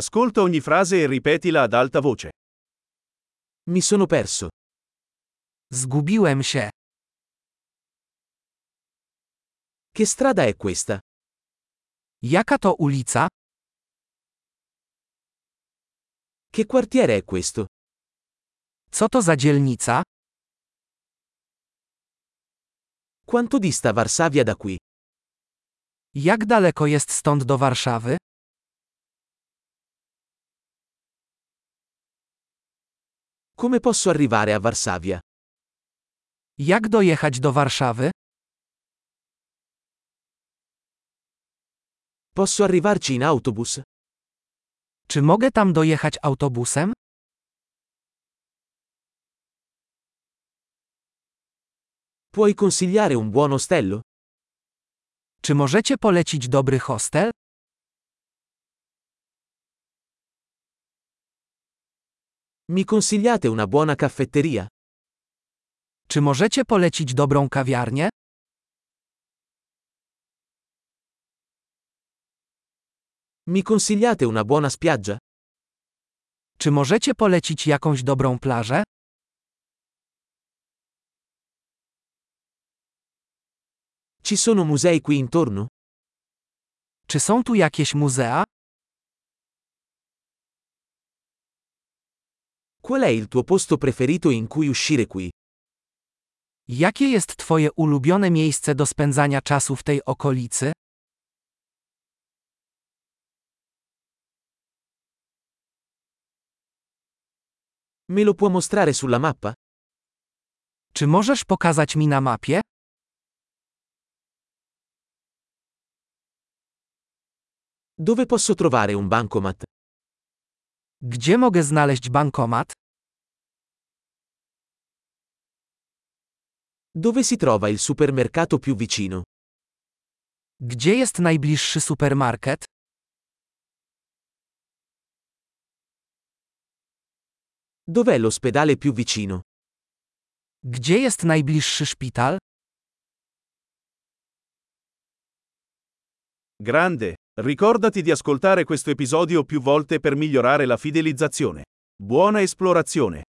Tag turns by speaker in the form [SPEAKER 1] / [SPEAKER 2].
[SPEAKER 1] Ascolta ogni frase e ripetila ad alta voce.
[SPEAKER 2] Mi sono perso.
[SPEAKER 3] Zgubiłem się.
[SPEAKER 2] Che strada è questa?
[SPEAKER 3] Jaka to ulica?
[SPEAKER 2] Che quartiere è questo?
[SPEAKER 3] Co to za dzielnica?
[SPEAKER 2] Quanto dista Varsavia da qui?
[SPEAKER 3] Jak daleko jest stąd do Warszawy?
[SPEAKER 2] Come posso arrivare a Varsavia?
[SPEAKER 3] Jak dojechać do Warszawy?
[SPEAKER 2] Posso arrivarci in autobus?
[SPEAKER 3] Czy mogę tam dojechać autobusem?
[SPEAKER 2] Puoi consigliare un buon ostello?
[SPEAKER 3] Czy możecie polecić dobry hostel?
[SPEAKER 2] Mi consigliate una buona caffetteria?
[SPEAKER 3] Czy możecie polecić dobrą kawiarnię?
[SPEAKER 2] Mi consigliate una buona spiaggia?
[SPEAKER 3] Czy możecie polecić jakąś dobrą plażę?
[SPEAKER 2] Ci sono musei qui intorno?
[SPEAKER 3] Czy są tu jakieś muzea?
[SPEAKER 2] Qual è il tuo posto preferito in cui uscire qui?
[SPEAKER 3] Jakie jest Twoje ulubione miejsce do spędzania czasu w tej okolicy?
[SPEAKER 2] Me lo può mostrare sulla mappa?
[SPEAKER 3] Czy możesz pokazać mi na mapie?
[SPEAKER 2] Dove posso trovare un bancomat?
[SPEAKER 3] Gdzie mogę znaleźć bankomat?
[SPEAKER 2] Dove si trova il supermercato più vicino?
[SPEAKER 3] Gdzie jest najbliższy supermarket?
[SPEAKER 2] Dov'è l'ospedale più vicino?
[SPEAKER 3] Gdzie jest najbliższy szpital?
[SPEAKER 1] Grande. Ricordati di ascoltare questo episodio più volte per migliorare la fidelizzazione. Buona esplorazione!